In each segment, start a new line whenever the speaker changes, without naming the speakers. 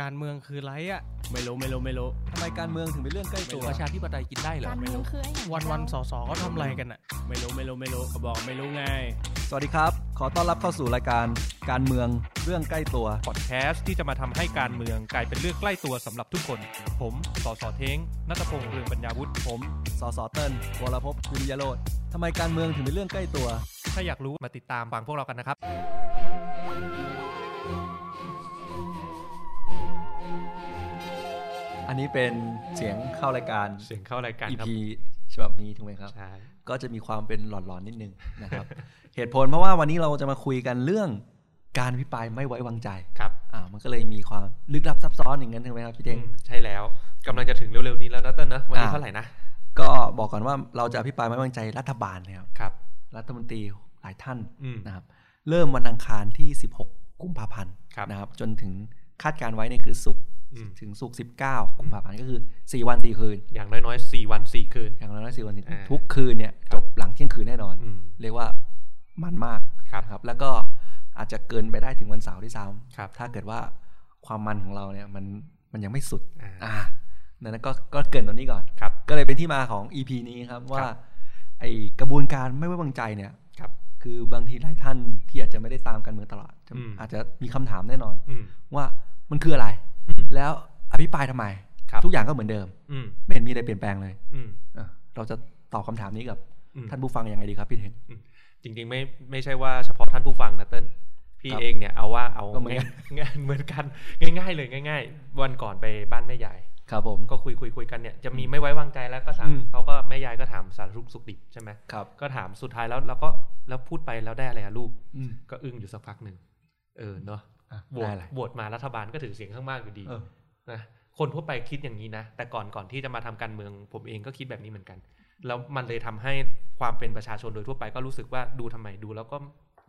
การเมืองคือไรอะ
ไม่รู้ไม่รู้ไม่รู้
ทำไมการเมืองถึงเป็นเรื่องใกล้ตัว
ประชาธิปไตยกินได้เหรอ
การเมืองคือไอ้อย่าง
วันวันๆส
เรา
อสอเขาทำอะไรกันอะ
ไม่รู้ไม่รู้ไม่รู้เขาบอกไม่รู้ไง
สวัสดีครับ ขอต้อนรับเข้าสู่รายการการเมืองเรื่องใกล้ตัว
พอดแคสต์ที่จะมาทำให้การเมืองกลายเป็นเรื่องใกล้ตัวสำหรับทุกคน ผมสอสอเท้งนัตพงษ์เรืองปัญญาวุฒิ
ผมสอสอเติ้ลวรภพจริยโรธทำไมการเมืองถึงเป็นเรื่องใกล้ตัว
ถ้าอยากรู้มาติดตามฟังพวกเรากันนะครับ
อันนี้เป็นเสียงเข้ารายการ
เสียงเข้ารายการครับ
EP ฉบับนี้ถูกไหมครับ
ใช่
ก็จะมีความเป็นหลอนๆนิดนึงนะครับ เหตุผลเพราะว่าวันนี้เราจะมาคุยกันเรื่องการวิปรายไม่ไว้วางใจ
ครับ
อ่ามันก็เลยมีความลึกลับซับซ้อนอย่างนั้นถูกไหมครับพี่เทง
อืมใช่แล้วกำลังจะถึงเร็วๆนี้แล้วนะเต้นนะวันนี้
อ่า
เท่าไหร่นะ
ก็บอกก่อนว่าเราจะอภิปรายไม่ไว้วางใจรัฐบาลนะครับ
ครับ
รัฐมนตรีหลายท่าน
อืม
นะครับเริ่มวันอังคารที่ 16 กุมภาพันธ์
ครับ
นะครับจนถึงคาดการไว้เนี่ยคือศุกร์
อืม
ถึงศุกร์19 กุมภาพันธ์ก็คือ 4 วัน 4 คืน
อย่างน้อยๆสี่วันสี่คืน
อย่างน้อยๆ4วัน4คื
อ่าน
ทุกคืนเนี่ย
ครับ
จบหลังเที่ยงคืนแน่นอน
อืม
เรียกว่ามันมาก
ครับ
นะแล้วก็อาจจะเกินไปได้ถึงวันเสาร์ที่
ครับ
ซ้ำถ้าเกิดว่าความมันของเราเนี่ยมันมันยังไม่สุด
อ่า
อ่านั้นก็ก็เกรินตรงนี้ก่อน
ครับ
ก็เลยเป็นที่มาของ EP นี้ครับว่า
ครับ
ไอกระบวนการไม่ไว้วางใจเนี่ย
ครับ
คือบางทีหลายท่านที่อาจจะไม่ได้ตามการเมืองตลอดจะ
อืม
อาจจะมีคำถามแน่นอน
อืม
ว่ามันคืออะไร
อืม
แล้วอภิปรายทำไม
ครับ
ทุกอย่างก็เหมือนเดิม
อืม
ไม่เห็นมีอะไรเปลี่ยนแปลงเลย
อืม
อ่ะเราจะตอบคำถามนี้กับ
อืม
ท่านผู้ฟังยังไงดีครับพี่เทน
จริงๆไม่ไม่ใช่ว่าเฉพาะท่านผู้ฟังนะเติ้ลพี่
ครับ
เองเนี่ยเอาว่าเอา
ก็เหมือนกัน
ง่ายๆ เหมือนกันง่าย ๆ เลยง่าย ๆ วันก่อนไปบ้านแม่ยาย
ครับผม
ก็คุยคุยคุยกันเนี่ยจะมีไม่ไว้วางใจแล้วก็ถาม
อืม
เขาก็แม่ยายก็ถามสารทุกข์สุขดิบใช่ไหม
ครับ
ก็ถามสุดท้ายแล้วเราก็แล้วพูดไปแล้วได้อะไรอะลูก
อืม
ก็อึ้งอยู่สักพักหนึ่งเออเนาะ
อ่ะ
โหว
ได้
ต
อะไร
โหวตมารัฐบาลก็ถือเสียงข้างมากอยู่ดี
เออ
นะคนทั่วไปคิดอย่างนี้นะ แต่ก่อนก่อนที่จะมาทำการเมือง ผมเองก็คิดแบบนี้เหมือนกัน แล้วมันเลยทำให้ความเป็นประชาชนโดยทั่วไปก็รู้สึกว่าดูทำไมดู แล้วก็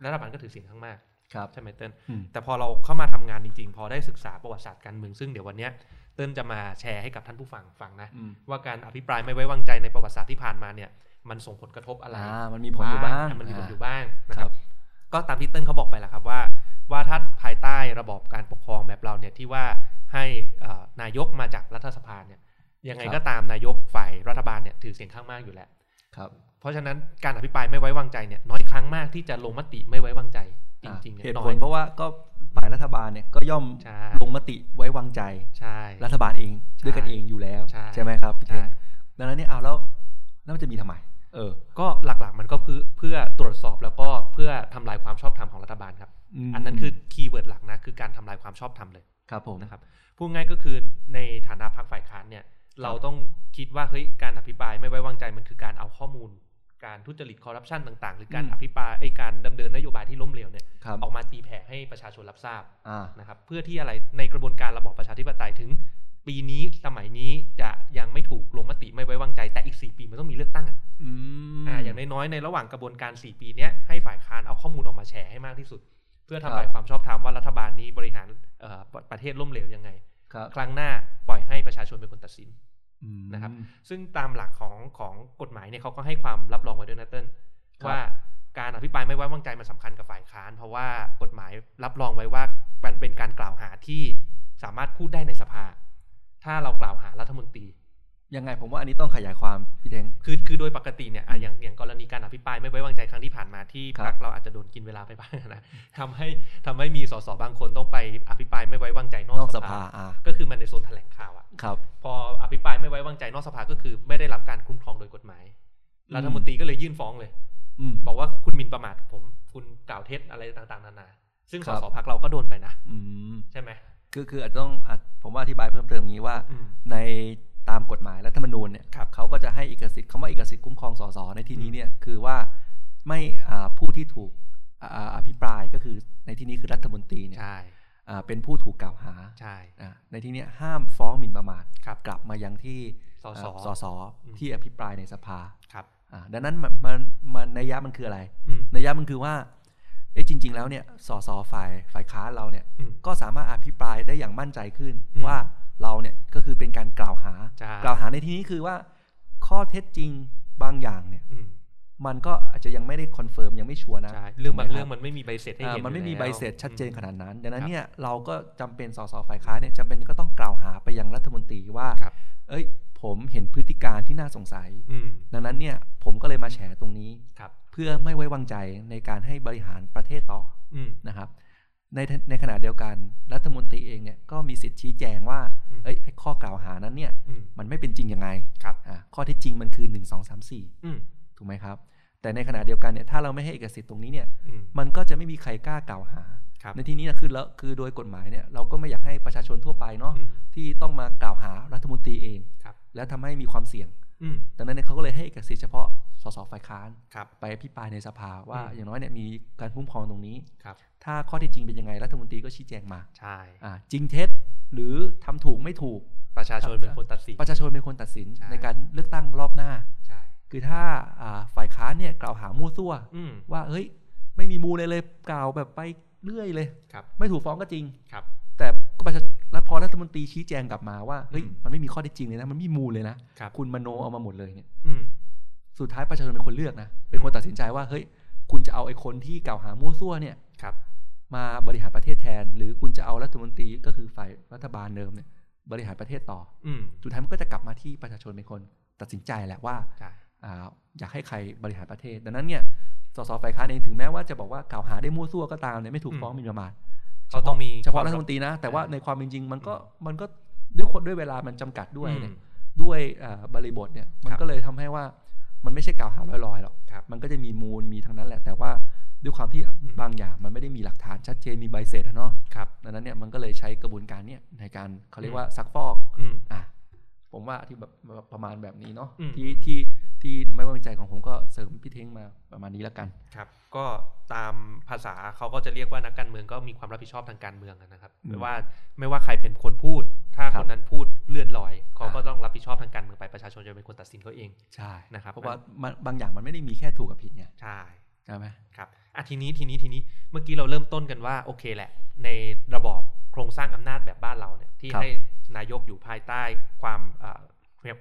รัฐบาลก็ถือเสียงข้างมาก
ครับ
ใช่ไหมเติ้ล
อืม
แต่พอเราเข้ามาทำงานจริงๆ พอได้ศึกษาประวัติศาสตร์การเมืองซึ่งเดี๋ยววันเนี้ยเติ้ลจะมาแชร์ให้กับท่านผู้ฟังฟังนะ
อืม
ว่าการอภิปรายไม่ไว้วางใจในประวัติศาสตร์ที่ผ่านมาเนี่ยมันส่งผลกระทบอะไร
อ่ามันมีผลอยู่บ้าง
มันมีผลอยู่
อ่า
บ้างนะ
ค
ค
รั
รับ บ ก็ตามที่เติ้ลเขาบอกไปแหละครับว่า ว่าถ้าภายใต้ระบอบการปกครองแบบเราเนี่ยที่ว่าให้เอ่อนายกมาจากรัฐสภาเนี่ยยังไง
ครับ
ก็ตามนายกฝ่ายรัฐบาลเนี่ยถือเสียงข้างมากอยู่แล้ว
ครับ
เพราะฉะนั้นการอภิปรายไม่ไว้วางใจเนี่ยน้อยครั้งมากที่จะลงมติไม่ไว้วางใจจ
อ่ะ
ริงๆนี่ย
เหตุ
น้
ผ
อ
ล
ย
เพราะว่าก็ฝ่ายรัฐบาลเนี่ยก็ย่อม
ใช่
ลงมติไว้วางใจ
ใช่
รัฐบาลเอง
ใช่
ด้วยกันเองอยู่แล้ว
ใช่
ไหมครับพี่เท
ใช่
นดังนั้นเนี่ยเอาแล้วแล้วมันจะมีทำไม เออ
ก็หลักๆมันก็เพื่อเพื่อตรวจสอบแล้วก็เพื่อทำลายความชอบธรรมของรัฐบาลครับ
ม
อันนั้นคือคีย์เวิร์ดหลักนะคือการทำลายความชอบธรรมเลย
ครับผม
นะครับพูดง่ายก็คือในฐานะพรรคฝ่ายค้านเนี่ยเราต้องคิดว่าเฮ้ยการอภิปรายไม่ไว้วางใจมันคือการเอาข้อมูล การทุจริตคอร์รัปชันต่างๆ หรือการอภิปรายไอยการดำเนินนโยบายที่ล้มเหลวเนี่ย
ครับ
ออกมาตีแผ่ให้ประชาชนรับทราบ
อ่า
นะครับเพื่อที่อะไรในกระบวนการระบอบประชาธิปไตยถึง ปีนี้สมัยนี้จะยังไม่ถูกลงมติไม่ไว้วางใจแต่อีก 4 ปีมันต้องมีเลือกตั้งอะ
อืม
อ่าอย่างน้อยๆในระหว่างกระบวนการ 4 ปีเนี้ยให้ฝ่ายค้านเอาข้อมูลออกมาแชร์ให้มากที่สุด เพื่อทำลา
ค
ย
รับ
ความชอบธรรมว่ารัฐบาลนี้บริหารเอ่อประประเทศล่มเหลวยังไง
ครับ
ครั้งหน้าปล่อยให้ประชาชนเป็นคนตัดสิน
อืม
นะครับ ซึ่งตามหลักของของกฎหมายเนี่ยเขาก็ให้ความรับรองไว้ด้วยนะเติ้ล
ครับ
ว่าการอภิปรายไม่ไว้วางใจมันสำคัญกับฝ่ายค้าน เพราะว่ากฎหมายรับรองไว้ว่ามันเป็นการกล่าวหาที่สามารถพูดได้ในสภา ถ้าเรากล่าวหารัฐมนตรี
ยังไงผมว่าอันนี้ต้องขยายความพี่เทง
คือคือโดยปกติเนี่ยอ่ะอย่างอย่างกรณีการอภิปรายไม่ไว้วางใจครั้งที่ผ่านมาที่
ครับ
พักเราอาจจะโดนกินเวลาไปบ้างนะ ทำให้ทำให้มีสสบางคนต้องไปอภิปรายไม่ไว้วางใจน
น
อ
อก ก
ส
ส
ภา
ภาอ่า
ก็คือมันในโซนแถลงข่าวอะ
ครับ
พออภิปรายไม่ไว้วางใจนอกสภาก็คือไม่ได้รับการคุ้มครองโดยกฎหมาย
อืม
รัฐมนตรีก็เลยยื่นฟ้องเลย
อืม
บอกว่าคุณหมิ่นประมาทผม คุณกล่าวเท็จอะไรต่างๆนานา ซึ่ง
ค
ส
รับ
สพักเราก็โดนไปนะ
อืม
ใช่ไหม
คือคืออาจจะต้องอาจผมว่าอธิบายเพิ่มเติมอย่างนี้ว่า
อืม
ในตามกฎหมายรัฐธรรมนูญเนี่ย
ครับ
เขาก็จะให้เอกสิทธิ์คำว่าเอกสิทธิ์คุ้มครองสสในที่นี้เนี่ยคือว่าไม่อ่าผู้ที่ถูกอ่าอภิปรายก็คือในที่นี้คือรัฐมนตรีเนี่ย
ใช่
อ่าเป็นผู้ถูกกล่าวหา
ใช่
อ่าในที่เนี้ยห้ามฟ้องหมิ่นประมาท
ครับ
กลับมายังที่
สส
อ่าสส
อืม
ที่อภิปรายในสภา
ครับ
อ่าดังนั้นมันมันมันนัยยะมันคืออะไร
อืม
นัยยะมันคือว่า เอ๊ะจริง ๆ แล้วเนี่ย สสฝ่ายฝ่ายค้านเราเนี่ย
อืม
ก็สามารถอภิปรายได้อย่างมั่นใจขึ้น
อืม
ว่าเราเนี่ยก็คือเป็นการกล่าวหา
ใช่
กล่าวหาในที่นี้คือว่า ข้อเท็จจริงบางอย่างเนี่ย
อืม
มันก็อาจจะยังไม่ได้คอนเฟิร์มยังไม่ชัวร์นะ
ใช่เรื่องบาง
ถูกไห
เรื่องมันไม่มีใบเสร็จให้
อ่า
เห็น
มันไม่มี
อยู่
ใบ
แล้ว
เสร็จชัดเจนขนาดนั้นดังนั้
คนรับ
เนี่ยเราก็จำเป็นสสฝ่ายค้านเนี่ยจำเป็นก็ต้องกล่าวหาไปยังรัฐมนตรีว่า
ครับ
เอ้ย ผมเห็นพฤติการที่น่าสงสัย
อืม
ดังนั้นเนี่ยผมก็เลยมาแฉตรงนี้
ครับ
เพื่อไม่ไว้วางใจในการให้บริหารประเทศต่อ
อืม
นะครับในในขณะเดียวกันรัฐมนตรีเองเนี่ยก็มีสิทธิ์ชี้แจงว่า
อืม
เอ้ยไอ้ข้อกล่าวหานั้นเนี่ย
อืม
มันไม่เป็นจริงยังไง
ครับ
อ่ะข้อเท็จจริงมันคือ 1 2 3
อืม
4 ถูกไหมครับ แต่ในขณะเดียวกันเนี่ยถ้าเราไม่ให้เอกสิทธิ์ตรงนี้เนี่ย
อืม
มันก็จะไม่มีใครกล้ากล่าวหา
ครับ
ในที่นี้นะคือแล้วคือโดยกฎหมายเนี่ยเราก็ไม่อยากให้ประชาชนทั่วไปเนาะ
อืม
ที่ต้องมากล่าวหารัฐมนตรีเอง
ครับ
และทำให้มีความเสี่ยง
อืม
ดังนั้นเนยเขาก็เลยให้เอกสิทธิ์เฉพาะสสฝ่ายค้าน
ครับ
ไปอภิปรายในสภาว่า
อืม
อย่างน้อยเนี่ยมีการคุ้มครองตรงนี้
ครับ
ถ้าข้อเที่จริงเป็นยังไงรัฐมนตรีก็ชี้แจงมา
ใช่
อ่าจริงเท็จหรือทำถูกไม่ถูก
ประชาชนเป็นคนตัดสิน
ประชาชนเป็นคนตัดสิน
ใช่
ในการเลือกตั้งรอบหน้า
ใช่
คือถ้าอ่าฝ่ายค้านเนี่ยกล่าวหามั่วซั่ว
อืม
ว่าเฮ้ยไม่มีมูลเลยเลยกล่าวแบบไปเรื่อยเลย
ครับ
ไม่ถูกฟ้องก็จริง
ครับ
แต่ก็ประชาแล้วพอรัฐมนตรีชี้แจงกลับมาว่าเฮ้ย
อืม
มันไม่มีข้อเท็จจริงเลยนะมันไม่มีมูลเลยนะครับ คุณมโนเอามาหมดเลยเนี่ย
อืม
สุดท้ายประชาชนเป็นคนเลือกนะ เป็นคนตัดสินใจว่าเฮ้ยคุณจะเอาไอ้คนที่กล่าวหามั่วซั่วเนี่ย
ครับ
มาบริหารประเทศแทน หรือคุณจะเอารัฐมนตรีก็คือฝ่ายรัฐบาลเดิมเนี่ยบริหารประเทศต่อ
อืม
สุดท้ายมันก็จะกลับมาที่ประชาชนเป็นคนตัดสินใจแหละว่า
ใช่
อ่าอยากให้ใครบริหารประเทศ ดังนั้นเนี่ยสสฝ่ายค้านเองถึงแม้ว่าจะบอกว่ากล่าวหาได้มั่วซั่วก็ตามเนี่ยไม่ถูกฟ้องหมิ่นประมาท
เขาต้องมี
เฉพาะรัฐมนตรีนะ แต่ว่าในความเป็นจริงมันก็มันก็ด้วยคนด้วยเวลามันจำกัดด้วยเนี่ย
อืม
ด้วยเอ่อบริบทเนี่ยมั
คน รับ
ก็เลยทำให้ว่ามันไม่ใช่กล่าวหาลอยๆหรอก
ครับ
มันก็จะมีมูลมีทั้งนั้นแหละ แต่ว่าด้วยความที่
ม
บางอย่างมันไม่ได้มีหลักฐานชัดเจนมีใบเสร็จอะเนาะ
ครับ
ดังนั้นเนี่ยมันก็เลยใช้กระบวนการเนี่ยในการเขาเรียกว่าซักฟอก
อืม
อ่ะผมว่าที่แบบประมาณแบบนี้เนาะ
อืม
ที่ที่ที่ไม่ไว่าวางใจของผมก็เสริมพี่เท้งมาประมาณนี้แล้วกัน
ครับ ก็ตามภาษาเขาก็จะเรียกว่านักการเมืองก็มีความรับผิดชอบทางการเมืองนะครับ
อืม
ไม่ว่าไม่ว่าใครเป็นคนพูด ถ้า
ครั
ค
บ
นนั้นพูดเลื่อนลอยเขา
อ่า
ก็ต้องรับผิดชอบทางการเมืองไปประชาชนจะเป็นคนตัดสินเขาเอง
ใช่
นะครับ
เพราะว่ามันบางอย่างมันไม่ได้มีแค่ถูกกับผิดไง
ใช่
ใช่ไหม
ครับอ่ะทีนี้ทีนี้ทีนี้เมื่อกี้เราเริ่มต้นกันว่าโอเคแหละ ในระบอบโครงสร้างอำนาจแบบบ้านเราเนี่ยที่
ครับ
ให้นายกอยู่ภายใต้ความเอ่อ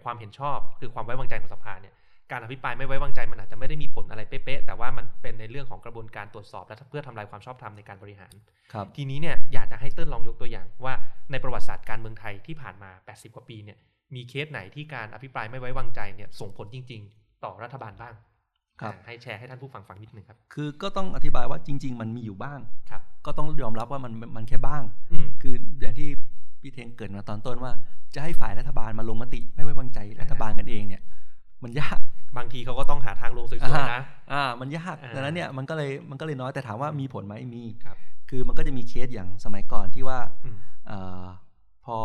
ความเห็นชอบ คือความไว้วางใจของสภาเนี่ยการอภิปรายไม่ไว้วางใจมันอาจจะไม่ได้มีผลอะไรเป๊ะๆแต่ว่ามันเป็นในเรื่องของกระบวนการตรวจสอบ และเพื่อทำลายความชอบธรรมในการบริหาร
ครับ
ทีนี้เนี่ยอยากจะให้เติ้ลลองยกตัวอย่างว่าในประวัติศาสตร์การเมืองไทยที่ผ่านมา 80 กว่าปีเนี่ยมีเคสไหนที่การอภิปรายไม่ไว้วางใจเนี่ยส่งผลจริง ๆ ต่อรัฐบาลบ้าง
ครับ
อ่ะให้แชร์ให้ท่านผู้ฟังฟังนิดนึงครับ
คือก็ต้องอธิบายว่าจริง ๆ มันมีอยู่บ้าง
ครับ
ก็ต้องยอมรับว่ามันมันแค่บ้าง
อืม
คืออย่างที่พี่เทงเกริดมาตอนต้นว่า จะให้ฝ่ายรัฐบาลมาลงมติไม่ไว้วางใจรัฐบาลกันเองเนี่ย มันยาก
บางทีเขาก็ต้องหาทางลงสวยๆนะ
อ่ามันยาก
อ่า
ดังนั้นเนี่ยมันก็เลยมันก็เลยน้อยแต่ถามว่ามีผลไหมมี
ครับ
คือมันก็จะมีเคสอย่างสมัยก่อนที่ว่า
อืม
เออพอ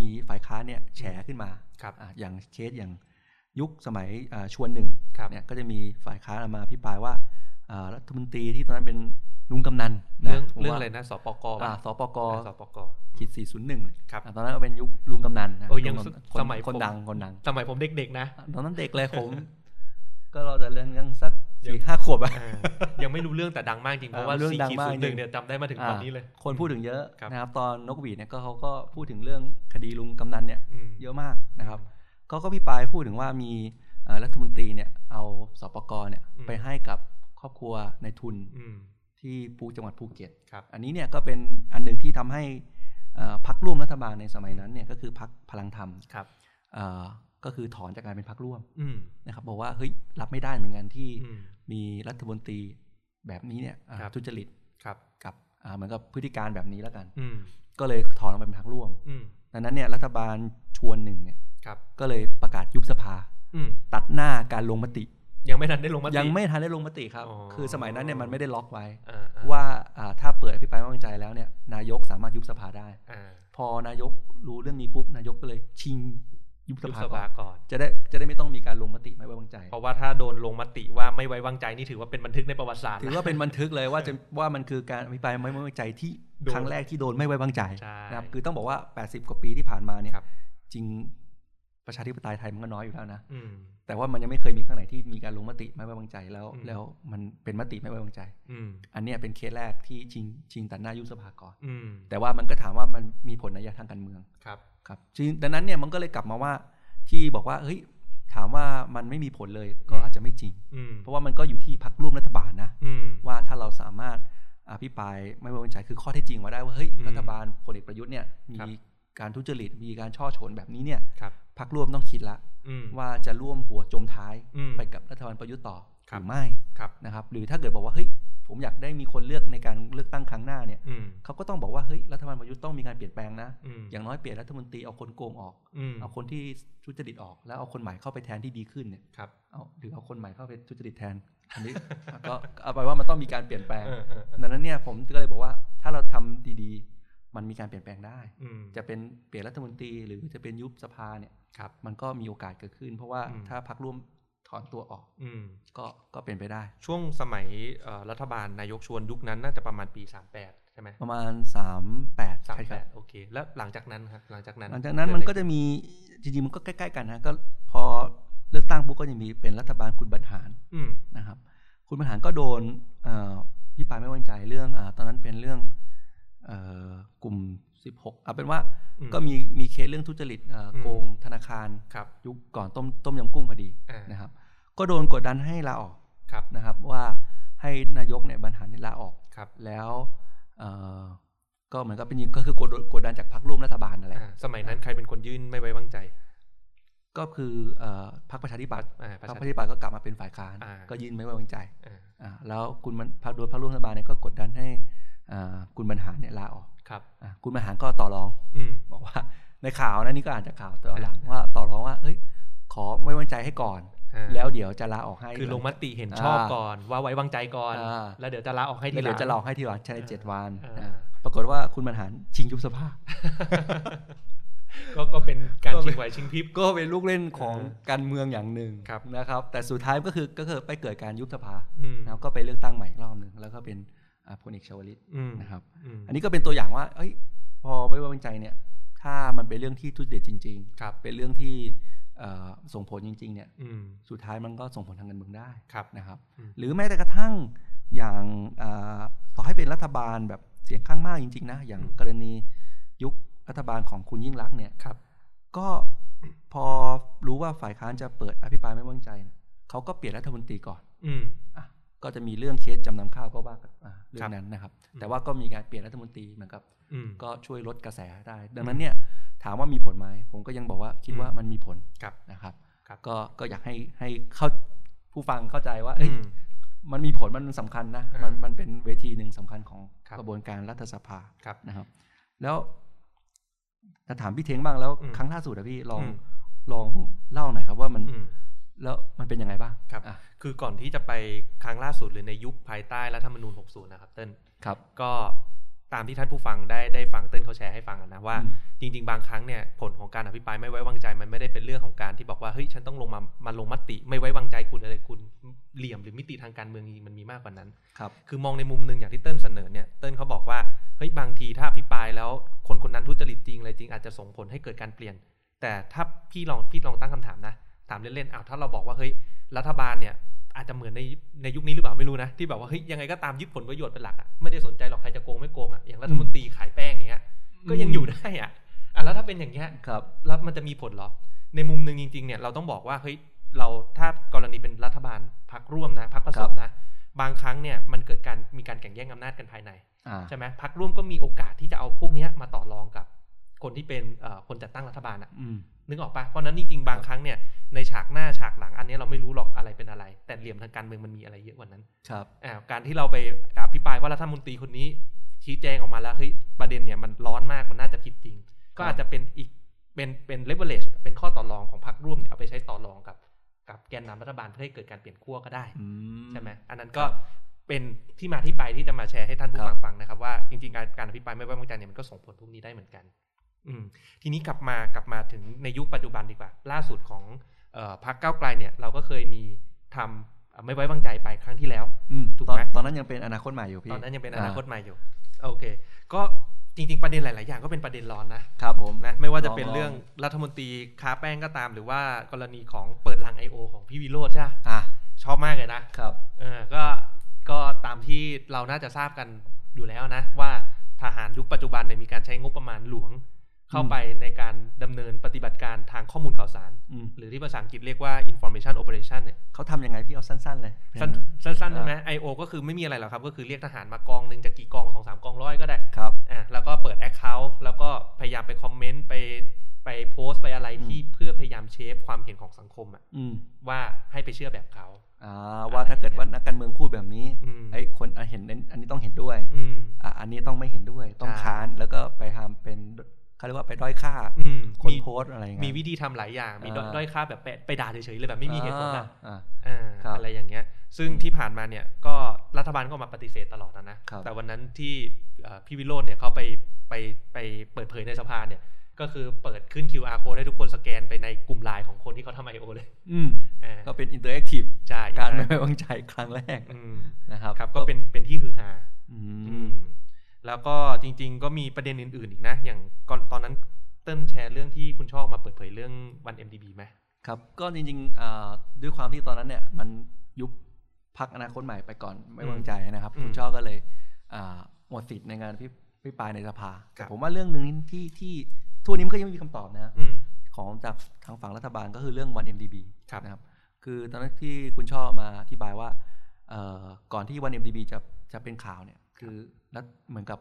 มีฝ่ายค้านเนี่ยแฉขึ้นมา
ครับ
อ่ะอย่างเคสอย่างยุคสมัยอ่าชวนหนึ่ง
ครับ
เนี่ยก็จะมีฝ่ายค้านมาพิปรายว่าอ่ารัฐมนตรีที่ตอนนั้นเป็นลุงกำนันนะ
เรื่อง
ผม
เรื่อง
ว่า
อะไรนะ สปก
อ่า
ป่ะ
สปก
สปก
ขีด401เลย
ครับ
อ่ะตอนนั้นก็เป็นยุคลุงกำนันนะ
โอ้ยยัง
ลุกำนันคน
สมัย
คน
ผม
ดังคนดัง
สมัยผมเด็กๆนะ
อ่ะตอนนั้นเด็กเลยผม ก็เราจะเรียนกันสัก
ยัง
สี่ห้าขวบอะ
อ่ายังไม่รู้เรื่องแต่ดังมากจริ
อ่า
งเพราะว่า
เรื่อง
สี่
ดัง
ขีด
มาก
ศู
จริง
นย์หนึ่งเนี่ยจำได้มาถึงตอนนี้เลย
คนพูดถึงเยอะ
ครับ
นะครับตอนนกหวีดเนี่ยก็เขาก็พูดถึงเรื่องคดีลุงกำนันเนี่ย
อืม
เยอะมากนะครับก็ก็พี่ปลายพูดถึงว่ามีเอ่อรัฐมนตรีเนี่ยเอาสปกเนี่ย
อืม
ไปให้กับครอบครัวในทุน
อืม
ที่ภูจังหวัดภูเก็ต
ครับ
อันนี้เนี่ยก็เป็นอันหนึ่งที่ทำให้เอ่อพักร่วมรัฐบาลในสมัยนั้นเนี่ยก็คือพักพลังธรรม
ครับ
เอ่อก็คือถอนจากการเป็นพักร่วม
อืม
นะครับบอกว่าเฮ้ยรับไม่ได้เหมือนกันที่
อืม
มีรัฐมนตรีแบบนี้เนี่ยอ่า
ครับ
ทุจริต
ครับ
กับอ่าเหมือนกับพฤติการแบบนี้แล้วกัน
อืม
ก็เลยถอนออกมาเป็นพักร่วม
อืม
ดังนั้นเนี่ยรัฐบาลชวนหนึ่งเนี่ย
ครับ
ก็เลยประกาศยุบสภา
อืม
ตัดหน้าการลงมติ
ยังไม่ทันได้ลงมติ
ยังไม่ทันได้ลงมติครับ
อ๋อ
คือสมัยนั้นเนี่ยมันไม่ได้ล็อกไว้
อ่าอ่า
ว่าอ่าถ้าเปิดอภิปรายไม่ไว้วางใจแล้วเนี่ยนายกสามารถยุบสภาได้
อ่า
พอนายกรู้เรื่องนี้ปุ๊บนายกก็เลยชิงยุบส
ยุบ
ภา
ส
ก่อ
ภาน ก่อน
จะได้จะได้ไม่ต้องมีการลงมติไม่ไว้วางใจ
เพราะว่าถ้าโดนลงมติว่าไม่ไว้วางใจนี่ถือว่าเป็นบันทึกในประวัติศาสตร์
ถือ
นะ
ว่าเป็นบันทึกเลยว่าจะว่ามันคือการอภิปรายไม่ไว้วางใจที่
โดน
ครั้งแรกที่โดนไม่ไว้วางใจ
ใช่
นะครับคือต้องบอกว่า 80 กว่าปีที่ผ่านมาเนี่ย
ครับ
จริงประชาธิปไตยไทยมันก็น้อยอยู่แล้วนะ
อืม
แต่ว่ามันยังไม่เคยมีครั้งไหนที่มีการลงมติไม่ไว้วางใจแล้ว
อืม
แล้วมันเป็นมติไม่ไว้วางใจ
อืม
อันเนี้ยเป็นเคสแรกที่ชิงชิงตัดหน้ายุบสภาก่อน
อืม
แต่ว่ามันก็ถามว่ามันมีผลนัยยะทางการเมือง
ครับ
ครับจึงดังนั้นเนี่ยมันก็เลยกลับมาว่าที่บอกว่าเฮ้ย ถามว่ามันไม่มีผลเลยก็
อืม
อาจจะไม่จริง
อืม
เพราะว่ามันก็อยู่ที่พักร่วมรัฐบาลนะ
อืม
ว่าถ้าเราสามารถอภิปรายไม่ไว้วางใจคือข้อเท็จจริงมาได้ว่าเฮ้ย
อืม
รัฐบาลพลเอกประยุทธ์เนี่ยมี
ครับ
การทุจริตมีการช่อฉนแบบนี้เนี่ย
ครับ
พักร่วมต้องคิดละ
อืม
ว่าจะร่วมหัวจมท้าย
อืม
ไปกับรัฐบาลประยุทธ์ต่อ
ค
ห
รับ
รือไม่
ครับ
นะครับ หรือถ้าเกิดบอกว่าเฮ้ยผมอยากได้มีคนเลือกในการเลือกตั้งครั้งหน้าเนี่ย
อืม
เขาก็ต้องบอกว่าเฮ้ยรัฐบาลประยุทธ์ต้องมีการเปลี่ยนแปลงนะ
อืม
อย่างน้อยเปลี่ยนรัฐมนตรีเอาคนโกงออก
อืม
เอาคนที่ทุจริตออก แล้วเอาคนใหม่เข้าไปแทนที่ดีขึ้นเนี่ย
ครับ
เอาหรือเอาคนใหม่เข้าไปทุจริตแทนอันนี้ ก็เอาไปว่ามันต้องมีการเปลี่ยนแปลง
เออเออเออ
ดังนั้นเนี่ยผมก็เลยบอกว่าถ้าเราทำดีๆ มันมีการเปลี่ยนแปลงได้
อืม
จะเป็นเปลี่ยนรัฐมนตรีหรือจะเป็นยุบสภาเนี่ย
ครับ
มันก็มีโอกาสเกิดขึ้น เพราะว่า
อืม
ถ้าพักร่วมถอนตัวออก
อืม
ก็ก็เป็นไปได้
ช่วงสมัยเอ่อรัฐบาลนายกชวนยุคนั้นน่าจะประมาณปี 38 ใช่ไหม
ประมาณ 38
สาม
ใช่ค
แป
รับ
ดโอเค แล้วหลังจากนั้นครับหลังจากนั้น
หลังจากนั้นมันก็
เดอไร
จะมีจริงๆมันก็ใกล้ ๆ กันนะก็พอเลือกตั้งปุ๊บก็จะมีเป็นรัฐบาลคุณบรรหาร
อืม
นะครับคุณบรรหารก็โดนเอ่อพี่ปรายไม่ไว้วางใจเรื่องอาตอนนั้นเป็นเรื่องเออกลุ่ม 16เอาเป็นว่า
อืม
ก็มีมีเคสเรื่องทุจริตเอ่ออ
ม
โกงธนาคาร
ครับ
ยุคก่อนต้มต้มยำกุ้งพอดี
อ่าน
นะครับก็โดนกดดันให้ลาออก
ครับ
นะครับว่าให้นายกเนี่ยบรรหารเนี่ยลาออก
ครับ
แล้วเอ่อก็เหมือนกับเป็นยิงก็คือกดกดดันจากพรรคร่วมรัฐบาลนั่นแหละ
อ่าสมัยนั้นใครเป็นคนยื่นไม่ไว้วางใจ
ก็คือเอ่อพรรคประชาธิปัตย์
อ่า
พร
ป
ร
ระ
ค
ชา
ป
ธิ
ระ
ปัตย์
ชาธิปัตย์ก็กลับมาเป็นฝ่ายค้าน
อ่า
ก็ยื่นไม่ไว้วางใจ
อ่า
อ่าแล้วคุณมันพรรคโดยพรรคร่วมรัฐบาลเนี่ยก็กดดันให้อ่าคุณบรรหารเนี่ยลาออก
ครับ
อาคุณบรรหารก็ต่อรอง
อืม
บอกว่า ในข่าวนะนี่ก็อ่านจากข่าวตอนหลัง
อ่า
ว่าต่อรองว่าเอ้ยขอไม่วางใจให้ก่อน
อ่า
แล้วเดี๋ยวจะลาออกให้
คือลงมติเห็นชอบ
อ่า
ก่อนว่าไว้วางใจก่อน
อ่า
แล้วเดี๋ยวจะลาออกให้ที
แล้ว
หลั
เดี๋ย
ง
วจะลาออกให้ทีหลังใช้ในเจ็ดวัน
อ่า
อ่าปรากฏว่าคุณบรรหารชิงยุบสภา
ก็ก็เป็นการ
ก็เป็
ชิ
น
งไหวชิงพริบ
ก็เป็นลูกเล่นของการเมืองอย่างหนึ่ง
ครับ
นะครับ แต่สุดท้ายก็คือก็คือไปเกิดการยุบสภา
อืม
นะครับก็ไปเลือกตั้งใหม่อีกรอบหนึ่งแล้วก็เป็นอ่าพลเอกชวลิต
อืม
นะครับ
อืม
อันนี้ก็เป็นตัวอย่างว่าเอ้ย พอไม่ไว้วางใจเนี่ย ถ้ามันเป็นเรื่องที่ทุจริตจริง
ครับ
ๆ เป็นเรื่องที่เอ่อส่งผลจริง ๆ เนี่ย
อืม
สุดท้ายมันก็ส่งผลทางการเมืองได้
ครับ
นะครับ
อืม
หรือแม้แต่กระทั่งอย่างอ่าต่อให้เป็นรัฐบาลแบบเสียงข้างมากจริง ๆ นะ อย่างกรณียุครัฐบาลของคุณยิ่งรักษณ์เนี่ย
ครับ
ก็พอรู้ว่าฝ่ายค้านจะเปิดอภิปรายไม่ไว้วางใจเนี่ยเขาก็เปลี่ยนรัฐมนตรีก่อน
อืม
อ่ะก็จะมีเรื่องเคสจำนำข้าวก็ว่ากันอ่ะเรื่อ
ครั
ง
บ
นั้นนะครับ
อืม
แต่ว่าก็มีการเปลี่ยนรัฐมนตรีเหมือนกับ
อืม
ก็ช่วยลดกระแสได้ ดังนั้นเนี่ยถามว่ามีผลไหมผมก็ยังบอกว่าคิด
อืม
ว่ามันมีผล
ครับ
นะครับ
ครับ
ก็ก็อยากให้ให้เข้าผู้ฟังเข้าใจว่าเอ้ย
อืม
มันมีผลมันสำคัญนะ
อ่ามั
มันมันเป็นเวทีหนึ่งสำคัญของ
ครับ
กระบวนการรัฐสภา
ครับ
นะครับ แล้วจะถามพี่เทงบ้างแล้ว
อืม
ครั้งล่าสุดอะพี่ลอง
อืม
ลองเล่าหน่อยครับว่ามัน
อืม
แล้วมันเป็นยังไงบ้าง
ครับ
อ่ะ
คือก่อนที่จะไปครั้งล่าสุดหรือในยุคภายใต้รัฐธรรมนูญ 60 นะครับเต้น
ครับ
ก็ตามที่ท่านผู้ฟังได้ได้ฟังเต้นเขาแชร์ให้ฟังอะนะว่า
อืม
จริง ๆ บางครั้งเนี่ยผลของการอภิปรายไม่ไว้วางใจมันไม่ได้เป็นเรื่องของการที่บอกว่าเฮ้ยฉันต้องลงมามาลงมติ ไม่ไว้วางใจคุณอะไรคุณเหลี่ยมหรือมิติทางการเมืองจริงๆมันมีมากกว่านั้น
ครับ
คือมองในมุมหนึ่งอย่างที่เติ้ลเสนอเนี่ยเติ้ลเขาบอกว่าเฮ้ยบางทีถ้าอภิปรายแล้วคนคนนั้นทุจริตจริงอะไรจริงอาจจะส่งผลให้เกิดการเปลี่ยน แต่ถ้าพี่ลองพี่ลองตั้งคำถามนะถามเล่นๆอ้าวถ้าเราบอกว่าเฮ้ยรัฐบาลเนี่ยอาจจะเหมือนในในยุคนี้หรือเปล่าไม่รู้นะที่แบบว่าเฮ้ยยังไงก็ตามยึดผลประโยชน์เป็นหลักอะไม่ได้สนใจหรอกใครจะโกงไม่โกงอะอย่างรัฐมนตรีขายแป้งอย่างเงี้ยก็ยังอยู่ได้อะอ่ะแล้วถ้าเป็นอย่างเงี้ย
ครับ
แล้วมันจะมีผลเหรอ ในมุมหนึ่งจริงๆ เนี่ยเราต้องบอกว่าเฮ้ยเราถ้ากรณีเป็นรัฐบาลพักร่วมนะพักผสมนะ บางครั้งเนี่ยมันเกิดการมีการแข่งแย่งอำนาจกันภายใน
อ่า
ใช่ไหมพักร่วมก็มีโอกาสที่จะเอาพวกเนี้ยมาต่อรองกับคนที่เป็นเอ่อคนจัดตั้งรัฐบาลอะ
อืม
นึกออกปะเพราะฉะนั้นจริงๆบางครั้งเนี่ยในฉากหน้าฉากหลังอันเนี้ยเราไม่รู้หรอกอะไรเป็นอะไร แต่เหลี่ยมทางการเมืองมันมีอะไรเยอะกว่านั้น
ครับ
อ่าการที่เราไปอภิปรายว่ารัฐมนตรีคนนี้ชี้แจงออกมาแล้วเฮ้ยประเด็นเนี่ยมันร้อนมากมันน่าจะผิดจริง ก็อาจจะเป็นอีกเป็นเป็นเลเวลเลชเป็นข้อต่อรองของพรรคร่วมเนี่ยเอาไปใช้ต่อรองกับกับแกนนำรัฐบาลเพื่อให้เกิดการเปลี่ยนขั้วก็ได้
อื
ใช่ไหมอันนั้นก็เป็นที่มาที่ไปที่จะมาแชร์ให้ท่านผู้
ครับ
ฟังฟังนะครับว่าจริงๆการการอภิปรายไม่ไว้วางใจเนี่ยมันก็ส่งผลพวกนี้ได้เหมือนกัน อืมทีนี้กลับมากลับมาถึงในยุคปัจจุบันดีกว่า ล่าสุดของเออพรรคก้าวไกลเนี่ยเราก็เคยมีทำเอ่อไม่ไว้วางใจไปครั้งที่แล้ว
อืม
ถูก
ตอน
ไหม
ตอนนั้นยังเป็นอนาคตใหม่อยู่พี่
ตอนนั้นยังเป็นอนาคตใหม่อยู่ โอเค ก็จริง ๆ ประเด็นหลาย ๆ อย่างก็เป็นประเด็นร้อนนะครับ
ผม
นะไม่ว่าจะ
ล
เป็น
ล
เรื่องรัฐมนตรีค้าแป้งก็ตาม หรือว่ากรณีของเปิดลัง I.O. ของพี่วิโรจน์ใช่ปะ
อ่ะ
ชอบมากเลยนะครับ เออก็ก็ตามที่เราน่าจะทราบกันอยู่แล้วนะ ว่าทหารยุคปัจจุบันเนี่ยมีการใช้งบประมาณหลวง เข้าไปในการ ดำเนินปฏิบัติการทางข้อมูลข่าวสาร
อืม
หรือที่ภาษาอังกฤษเรียกว่า information operation เนี่ย
เขาทำยังไงพี่เอาสั้น ๆ เลย
สันสั้นๆใช่ไหม IO ก็คือไม่มีอะไรหรอกครับ ก็คือเรียกทหารมากองหนึ่งจากกี่กองสองสามกองร้อยก็ได้
ครับ
อ่ะแล้วก็เปิด Account แล้วก็พยายามไปคอมเมนต์ไปไปโพสต์ไปอะไรที่เพื่อพยายามเชฟความเห็นของสังคมอะ
อืม
ว่าให้ไปเชื่อแบบเขา
อ่าว่าถ้าเกิดว่านักการเมืองพูดแบบนี้
อืม
ไอ้คนอ่ะเห็นอันนี้ต้องเห็นด้วย
อืม
อ่ะอันนี้ต้องไม่เห็นด้วยต้อง
ใช่
ค้านแล้วก็ไปทำเป็นเขาเรียกว่าไปด้อยค่า
อืม
คน
มี
โพสต์อะไรเงี้ย
มีวิธีทำหลายอย่าง มีด้อย
อ่า
ด้อยค่าแบบไปไปด่าเฉยๆเลยแบบไม่มีเหตุผลนะ
อ่า
อ่า
ครับ
อะไรอย่างเงี้ย ซึ่งที่ผ่านมาเนี่ยก็รัฐบาลก็ออกมาปฏิเสธตลอดนะนะ
ครับ
แต่วันนั้นที่เอ่อพี่วิโรจน์เนี่ยเขาไปไปไปเปิดเผยในสภาเนี่ย ก็คือเปิดขึ้น QR code ให้ทุกคนสแกนไปในกลุ่มไลน์ของคนที่เขาทำไอโอเลย
อืม
อ่า
ก็เป็นอินเตอร์แอคทีฟ
ใช่
การไม่ไว้วางใจครั้งแรก
อืม
นะครับ
ครับก็เป็นเป็นที่ฮือฮา
อื
อื
ม
มแล้วก็จริง ๆ ก็มีประเด็นอื่น ๆ อีกนะ อย่างก่อนตอนนั้นเติ้ลแชร์เรื่องที่คุณชอบมาเปิดเผยเรื่องวัน MDB ไหม
ครับก็จริงๆอ่าด้วยความที่ตอนนั้นเนี่ยมันยุบพักอนาคตใหม่ไปก่อนไม่วางใจนะครับ คุณช่อก็เลยอ่าหมดสิทธิ์ในงานพิพิปรายในสภาแต่ผมว่าเรื่องหนึ่งที่ที่ทั่วนี้มันก็ยังไม่มีคำตอบนะ
อืม
ของจากทางฝั่งรัฐบาลก็คือเรื่องวัน MDB
ครับ
นะครับ คือตอนนั้นที่คุณช่อมาอธิบายว่าเอ่อก่อนที่วัน MDB จะจะเป็นข่าวเนี่ย คือรัฐเหมือนกับ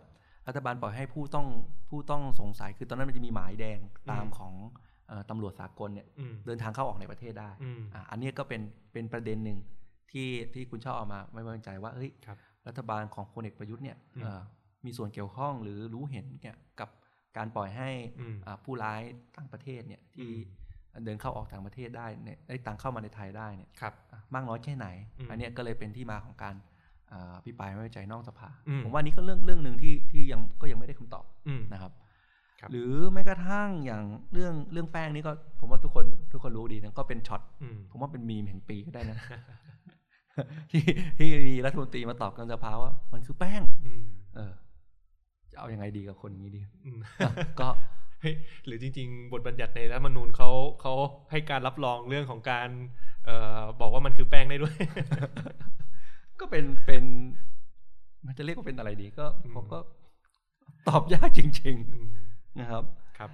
รัฐบาลปล่อยให้ผู้ต้องผู้ต้องสงสัย คือตอนนั้นมันจะมีหมายแดงตามของเอ่อตำรวจสากลเนี่ย
อืม
เดินทางเข้าออกในประเทศได้
อืม
อ่ะอันเนี้ยก็เป็นเป็นประเด็นหนึ่งที่ที่คุณช่อเออกมาไม่ไว้วางใจว่าเฮ้ย
ครับ
รัฐบาลของพลเอกประยุทธ์เนี่ย
อืม
เอ่อมีส่วนเกี่ยวข้องหรือรู้เห็นเนี่ยกับการปล่อยให้
อืม
อ่าผู้ร้ายต่างประเทศเนี่ยที่เดินเข้าออกต่างประเทศได้เนี่ยได้ต่างเข้ามาในไทยได้เนี่ย
ครับ
อ่ะมากน้อยแค่ไหน
อืม
อันเนี้ยก็เลยเป็นที่มาของการอ่าพิปรายไม่ไว้วางใจนอกสภา
อืม
ผมว่านี่ก็เรื่องเรื่องหนึ่งที่ที่ยังก็ยังไม่ได้คำตอบ
อืม
นะครับ
ครับ
หรือแม้กระทั่งอย่างเรื่องเรื่องแป้งนี่ก็ผมว่าทุกคนทุกคนรู้ดีนะก็เป็นช็อต
อืม
ผมว่าเป็นมีมแห่งปีก็ได้นะ ที่ที่มีรัฐมนตรีมาตอบกลางสภาว่ามันคือแป้ง
อืม
เออ จะเอาอยัางไงดีกับคนอย่างนี้ ดี
อืม
ก็
เฮ้ยหรือจริง ๆ บทบัญญัติในรัฐธรรมนูญเขาเขาให้การรับรองเรื่องของการเอ่อบอกว่ามันคือแป้งได้ ด้วย
ก็เป็นเป็น มันจะเรียกว่าเป็นอะไรดีก็
อืม
ผมก็ตอบยากจริง
อืม
ๆ นะครับ
ครับ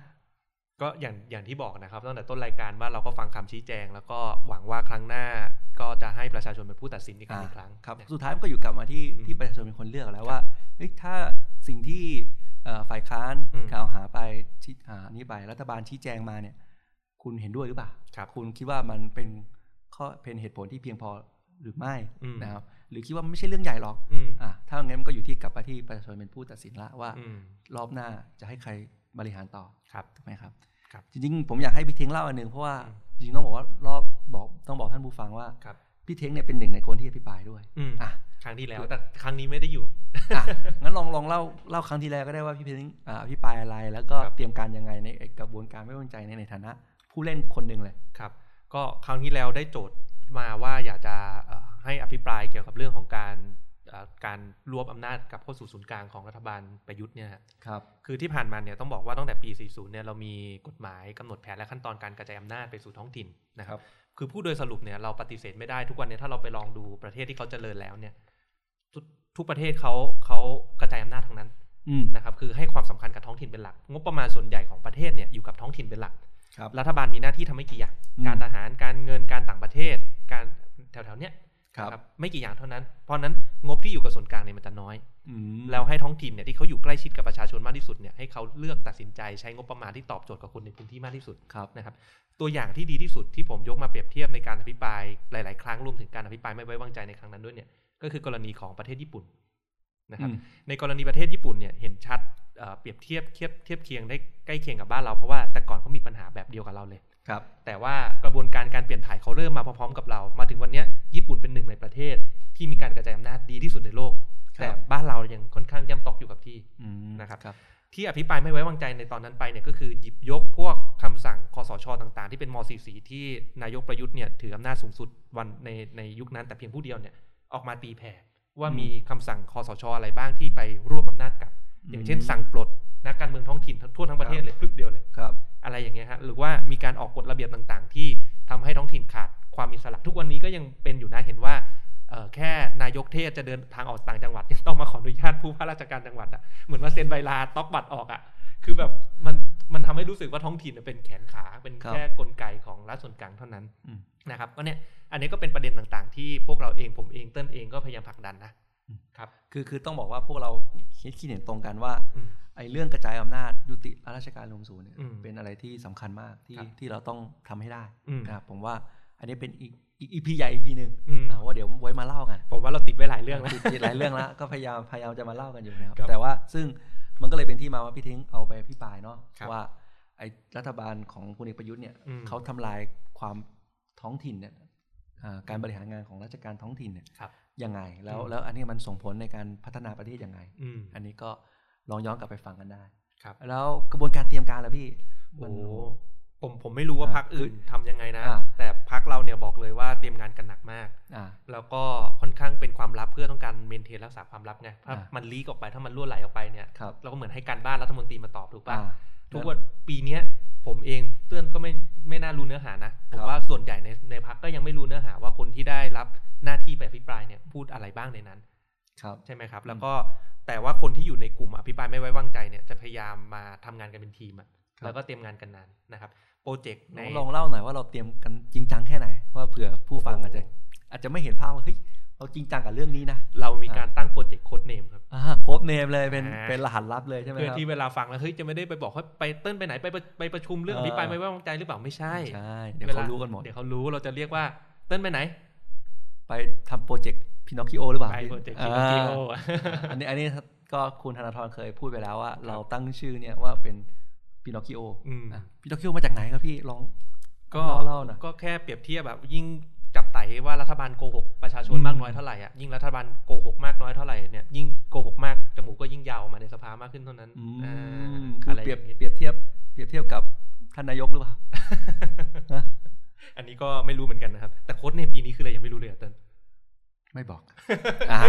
ก็อย่างอย่างที่บอกนะครับตั้งแต่ต้นรายการว่าเราก็ฟังคำชี้แจง แล้วก็หวังว่าครั้งหน้าก็จะให้ประชาชนเป็นผู้ตัดสินอีกครั้ง
อ่า
อีกครั้ง
ครับ
นะ
สุดท้ายมันก็อยู่กลับมาที่
อืม
ที่ประชาชนเป็นคนเลือกแล้วว่าเฮ้ยถ้าสิ่งที่เอ่อฝ่ายค้าน
อืม
กล่าวหาไปชี้อ่านี้ไปรัฐบาลชี้แจงมาเนี่ย คุณเห็นด้วยหรือเปล่า
ครับ
คุณคิดว่ามันเป็นข้อเป็นเหตุผลที่เพียงพอหรือไม่
อืม
นะครับ หรือคิดว่ามันไม่ใช่เรื่องใหญ่หรอก
อืม
อ่ะถ้างั้นมันก็อยู่ที่กลับมาที่ประชาชนเป็นผู้ตัดสินละว่า
อืม
รอบหน้าจะให้ใครบริหารต่อ
ครับ
ถูกไหมครับ
ครับ
จริงๆ ผมอยากให้พี่เทงเล่าอันหนึ่งเพราะว่า
อืม
จริงๆต้องบอกว่ารอบบอกต้องบอกท่านผู้ฟังว่า
ครับ
พี่เทงเนี่ยเป็นหนึ่งในคนที่อภิปรายด้วย
อืม
อ่ะ
ครั้งที่แล้วแต่ครั้งนี้ไม่ได้อยู่
อ่ะงั้นลองลองเล่าเล่าครั้งที่แล้วก็ได้ว่าพี่เทงอ่าอภิปรายอะไร แล้วก็
ครับ
เตรียมการยังไงในไอ้กระบวนการไม่ไว้วางใจในในฐานะ ผู้เล่นคนหนึ่งเลย
ครับก็ครั้งที่แล้วได้โจทย์มาว่าอยากจะเอ่อให้อภิปรายเกี่ยวกับเรื่องของการเอ่อการรวบอำนาจกลับเข้าสู่ศูนย์กลางของรัฐบาลประยุทธ์เนี่ยฮะ
ครับ
คือที่ผ่านมาเนี่ยต้องบอกว่าตั้งแต่ปี 40 เนี่ยเรามีกฎหมายกำหนดแผนและขั้นตอนการกระจายอำนาจไปสู่ท้องถิ่นนะครับ คือผู้โดยสรุปเนี่ยเราปฏิเสธไม่ได้ทุกวันเนี่ยถ้าเราไปลองดูประเทศที่เขาเจริญแล้วเนี่ยทุกทุกประเทศเขาเขากระจายอำนาจทั้งนั้น
อืม
นะครับ คือให้ความสำคัญกับท้องถิ่นเป็นหลัก งบประมาณส่วนใหญ่ของประเทศเนี่ยอยู่กับท้องถิ่นเป็นหลัก
ครับ
รัฐบาลมีหน้าที่ทำไม่กี่อย่าง
อืม
การทหาร การเงิน การต่างประเทศ การแถวๆเนี้ย
ครับ
นะครับไม่กี่อย่างเท่านั้น เพราะฉะนั้นงบที่อยู่กับส่วนกลางเนี่ยมันจะน้อย
อืม
แล้วให้ท้องถิ่นเนี่ยที่เขาอยู่ใกล้ชิดกับประชาชนมากที่สุดเนี่ยให้เขาเลือกตัดสินใจใช้งบประมาณที่ตอบโจทย์กับคนในพื้นที่มากที่สุด
ครับ
นะครับตัวอย่างที่ดีที่สุดที่ผมยกมาเปรียบเทียบในการอภิปรายหลาย ๆ ครั้งรวมถึงการอภิปรายไม่ไว้วางใจในครั้งนั้นด้วยเนี่ยก็คือกรณีของประเทศญี่ปุ่นนะครับ
อืม
ในกรณีประเทศญี่ปุ่นเนี่ยเห็นชัดเอ่อเปรียบเทียบเทียบเทียบเคียงได้ใกล้เคียงกับบ้านเราเพราะว่าแต่ก่อนเขามีปัญหาแบบเดียวกับเราเลย
ครับ
แต่ว่ากระบวนการการเปลี่ยนถ่ายเขาเริ่มมาพร้อมๆกับเรา มาถึงวันเนี้ยญี่ปุ่นเป็นหนึ่งในประเทศ ที่มีการกระจายอำนาจดีที่สุดในโลก แต่บ้านเรายังค่อนข้างย่ำตอกอยู่กับที่
อืม
นะครับ
ครับ
ที่อภิปรายไม่ไว้วางใจในตอนนั้นไปเนี่ยก็คือหยิบยกพวกคำสั่งคอสชต่างๆ ที่เป็นม .44 ที่นายกประยุทธ์เนี่ยถืออำนาจสูงสุดวันในในยุคนั้นแต่เพียงผู้เดียวเนี่ยออกมาตีแผ่ว่า
อืม
มีคำสั่งคอสชอะไรบ้างที่ไปรวบอำนาจกลับ อย่างเช่น
อืม
สั่งปลดนักการเมืองท้องถิ่นทั่วทั้งประเทศเลยพรึบเดียวเลย
ครับ
อะไรอย่างเงี้ยฮะหรือว่ามีการออกกฎระเบียบต่างๆ ที่ทำให้ท้องถิ่นขาดความอิสระทุกวันนี้ก็ยังเป็นอยู่นะเห็นว่าเอ่อแค่นายกเทศจะเดินทางออกต่างจังหวัดเนี่ยต้องมาขออนุญาตผู้ว่าราชการจังหวัดอะเหมือนว่าเซ็นใบลาต๊อกบัตรออกอะ คือแบบมันมันทำให้รู้สึกว่าท้องถิ่นเป็นแขนขาเป็น
ครับ
แค่กลไกของรัฐส่วนกลางเท่านั้น
อืม
นะครับก็เนี่ยอันนี้ก็เป็นประเด็นต่างๆ ที่พวกเราเองผมเองเติ้ลเองก็พยายามผลักดันนะ
อืม
ครับ
คือคือต้องบอกว่าพวกเราคิดคิดเห็นตรงกันว่า
อืม
ไอ้เรื่องกระจายอำนาจยุติราชการรวมศูนย์เนี่ย
อืม
เป็นอะไรที่สำคัญมากที่
ครับ
ที่เราต้องทำให้ได้
อืม
นะครับผมว่าอันนี้เป็นอีกอีกอีพีใหญ่อีพีหนึ่ง
อืม
อ่าว่าเดี๋ยวไว้มาเล่ากัน
ผมว่าเราติดไว้หลายเรื่องแล้ว
ติดติดหลายเรื่องละก็พยายามพยายามจะมาเล่ากันอยู่นะครับ
ครับ
แต่ว่าซึ่งมันก็เลยเป็นที่มาว่าพี่ทิ้งเอาไปพี่ปรายเนาะ
ครับ
ว่าไอ้รัฐบาลของพลเอกประยุทธ์เนี่ย
อืม
เขาทำลายความท้องถิ่นเนี่ยอ่าการบริหารงานของราชการท้องถิ่นเนี่ย
ครับ
ยังไงแล้ว
อืม
แล้วอันนี้มันส่งผลในการพัฒนาประเทศยังไง
อืม
อันนี้ก็ลองย้อนกลับไปฟังกันได้
ครับ
แล้วกระบวนการเตรียมการล่ะพี่มั
โอ้
น
โหผมผมไม่รู้ว่า
อ่ะ
พักอื่นทำยังไงนะ
อ่ะ
แต่พักเราเนี่ยบอกเลยว่าเตรียมงานกันหนักมาก
อ่า
แล้วก็ค่อนข้างเป็นความลับเพื่อต้องการเมนเทนรักษาความลับไงถ้า
อ่ะ
มันลีกออกไปถ้ามันรั่วไหลออกไปเนี่ย
ครับ
เราก็เหมือนให้การบ้านรัฐมนตรีมาตอบถูก
อ่า
ปะทุกวันปีเนี้ยผมเองเตือนก็ไม่ไม่น่ารู้เนื้อหานะผ
ค
ม
รับ
ว่าส่วนใหญ่ในในพักก็ยังไม่รู้เนื้อหาว่าคนที่ได้รับหน้าที่ไปอภิปรายเนี่ยพูดอะไรบ้างในนั้น
ครับ
ใช่ไหมครับ แล้วก็แต่ว่าคนที่อยู่ในกลุ่มอภิปรายไม่ไว้วางใจเนี่ยจะพยายามมาทำงานกันเป็นทีมอะ
ครับ
แล้วก็เตรียมงานกันนานนะครับโปรเจกต์ใน
ลองเล่าหน่อยว่าเราเตรียมกันจริงจังแค่ไหน ว่าเผื่อผู้ฟังอาจจะอาจจะไม่เห็นภาพว่าเฮ้ยเราจริงจังกับเรื่องนี้นะ
เรามีการตั้งโปรเจกต์โค้ดเนมครับ
อ่าโค้ดเนมเลยเป็น
อ่า
เป็นรหัสลับเลยใช่ไหม
เพื่อ
ครับ
ที่เวลาฟังแล้วเฮ้ยจะไม่ได้ไปบอกว่าไปเติ้ลไปไหนไปประไปประชุมเรื่อง
เอ
อ
อ
ภิปรายไม่ไว้วางใจหรือเปล่าไม่ใช่
ใช่ เดี๋ยวเขารู้กันหมด
เดี๋ยวเขารู้เราจะเรียกว่าเติ้ลไปไหน
ไปทำโปรเจกต์พินอคคิโอหรือเปล่า
ไปโปรเจกต์คิ
อ่า
โอ
อันนี้อันนี้ก็คุณธนาธรเคยพูดไปแล้วว่า เราตั้งชื่อเนี่ยว่าเป็นพินอคคิโอ
อืม
อ่ะพินอคคิโอมาจากไหนครับพี่ลอง
ก็
เล่าเล่าหน่อย
ก็แค่เปรียบเทียบแบบยิ่งจับไตว่ารัฐบาลโกหกประชาชน
อืม
มากน้อยเท่าไหร่อ่ะยิ่งรัฐบาลโกหกมากน้อยเท่าไหร่เนี่ยยิ่งโกหกมากจมูกก็ยิ่งยาวออกมาในสภามากขึ้นเท่านั้น
อื
อ่
มา คืออะไร เปรียบ
างงี้
เปรียบเทียบเปรียบเทียบกับท่านนายกหรือเปล่า ฮะ
อันนี้ก็ไม่รู้เหมือนกันนะครับ แต่โค้ดในปีนี้คืออะไรยังไม่รู้เลยอ่ะเติ้ล
ไม่ บอก อ่า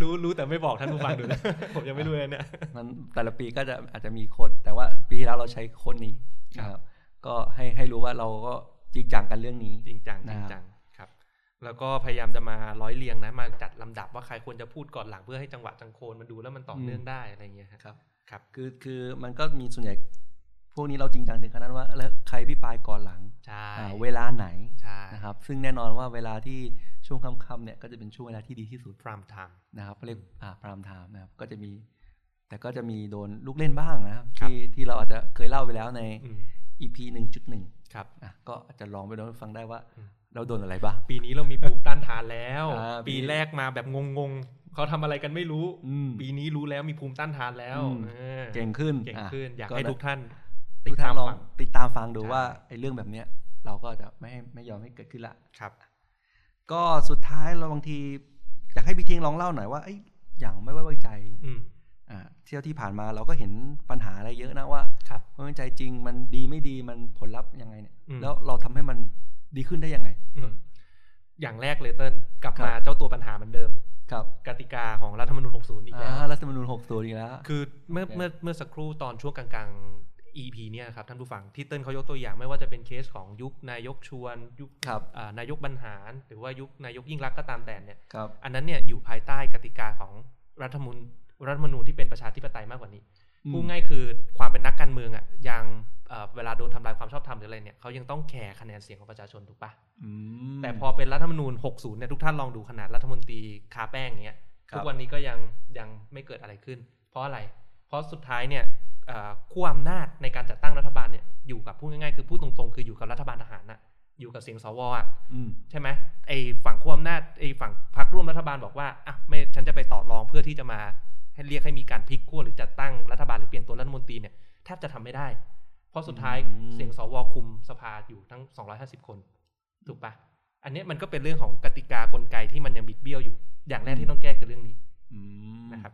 รู้รู้แต่ไม่บอกท่านผู้ฟังดูนะ ผมยังไม่รู้เลยเนี่ย
มันแต่ละปีก็จะอาจจะมีโค้ดแต่ว่าปีที่แล้วเราใช้โค้ดนี้
ครับ
นะครับ ก็ให้ให้รู้ว่าเราก็จริงจังกันเรื่องนี้
จริงจังจริงจังครับ แล้วก็พยายามจะมาร้อยเรียงนะ มาจัดลำดับว่าใครควรจะพูดก่อนหลังเพื่อให้จังหวะจังโคนมันดูแล้วมันต่อเนื่องได้อะไรเงี้ยฮะ
ครับ
ครับ
คือคือมันก็มีส่วนใหญ่พวกนี้เราจริงจังถึงขนาดว่าแล้วใครพิปรายก่อนหลัง
ใช่
อ่าเวลาไหน
ใช่
นะครับ ซึ่งแน่นอนว่าเวลาที่ช่วงค่ำๆเนี่ยก็จะเป็นช่วงเวลาที่ดีที่สุด
พรามไทม์
นะครับเรียกอ่าพรามไทม์นะครับก็จะมี แต่ก็จะมีโดนลูกเล่นบ้างนะครับ
ครับ
ที่ที่เราอาจจะเคยเล่าไปแล้วใน
อืม
EP หนึ่งจุดหนึ่ง
ครับ
อ่ะก็อาจจะลองไปลองฟังได้ว่า
อืม
เราโดนอะไรบ้าง
ปีนี้เรามีภูมิต้านทานแล้ว
อ่า
ปีแรกมาแบบงงๆเขาทำอะไรกันไม่รู้
อืม
ปีนี้รู้แล้วมีภูมิต้านทานแล้ว
อืม
ออ
เก่งขึ้น
เก่ง
ะ
ขึ้นอยากให้ทุกท่าน
ทุกท่านลอง
ฟัง
ติดตามฟังดู
ใช่
ว่าไอ้เรื่องแบบเนี้ยเราก็จะไม่ให้ไม่ยอมให้เกิดขึ้นละ
ครับ
ก็สุดท้ายเราบางที อยากให้พี่เทงลองเล่าหน่อยว่าไอ้ยอย่างไม่ไว้วางใจ
อืม
อ่าเที่ยวที่ผ่านมาเราก็เห็นปัญหาอะไรเยอะนะว่า
ครับ
ไม่มั่นใจจริงมันดีไม่ดีมันผลลัพธ์ยังไงเนี่ย
อืม
แล้วเราทำให้มันดีขึ้นได้ยังไง
อืมอย่างแรกเลยเติ้ลกลับมา
ครับ
เจ้าตัวปัญหาเหมือนเดิม
ครับ
กติกาของรัฐธรรมนูญ60 อีก
อ่า
แล้ว
รัฐธรรมนูญหกตัวอีกแล้ว
คือเมื่อ
โอเค
เมื่อเมื่อสักครู่ตอนช่วงกลางๆ EP เนี่ยนะครับท่านผู้ฟังที่เติ้ลเขายกตัวอย่างไม่ว่าจะเป็นเคสของยุคนายกชวนยุค
ครับ
อ่านายกบรรหาร หรือว่ายุคนายกยิ่งรักษณ์ก็ตามแต่เนี่ย
ครับ
อันนั้นเนี่ยอยู่ภายใต้กติกาของรัฐธรรมนูญรัฐธรรมนูญที่เป็นประชาธิปไตยมากกว่านี้ พูดง่ายคือความเป็นนักการเมืองอ่ะยังเอ่อเวลาโดนทำลายความชอบธรรมหรืออะไรเนี่ยเขายังต้องแคร์คะแนนเสียงของประชาชนถูกปะ
อืม
แต่พอเป็นรัฐธรรมนูญ 60 เนี่ยทุกท่านลองดูขนาดรัฐมนตรีคาแป้งเนี้ย
ครับ
ทุกวันนี้ก็ยังยังไม่เกิดอะไรขึ้น เพราะอะไร เพราะสุดท้ายเนี่ยเอ่อขั้วอำนาจในการจัดตั้งรัฐบาลเนี่ยอยู่กับพูดง่ายๆคือพูดตรงๆ คืออยู่กับรัฐบาลทหารน่ะอยู่กับเสียงสวอ่ะ
อืม
ใช่ไหมไอ้ฝั่งขั้วอำนาจไอ้ฝั่งพรรคร่วมรัฐบาลบอกว่าอ่ะไม่ฉันจะไปต่อรองเพื่อที่จะมาให้เรียกให้มีการพลิกขั้วหรือจัดตั้งรัฐบาลหรือเปลี่ยนตัวรัฐมนตรีเนี่ยแทบจะทำไม่ได้ เพราะสุดท้ายเสียงสวคุมสภาอยู่ทั้ง 250 คน ถูกปะอันเนี้ยมันก็เป็นเรื่องของกติกากลไกที่มันยังบิดเบี้ยวอยู่ อย่างแรกที่ต้องแก้คือเรื่องนี้
อืม
นะครับ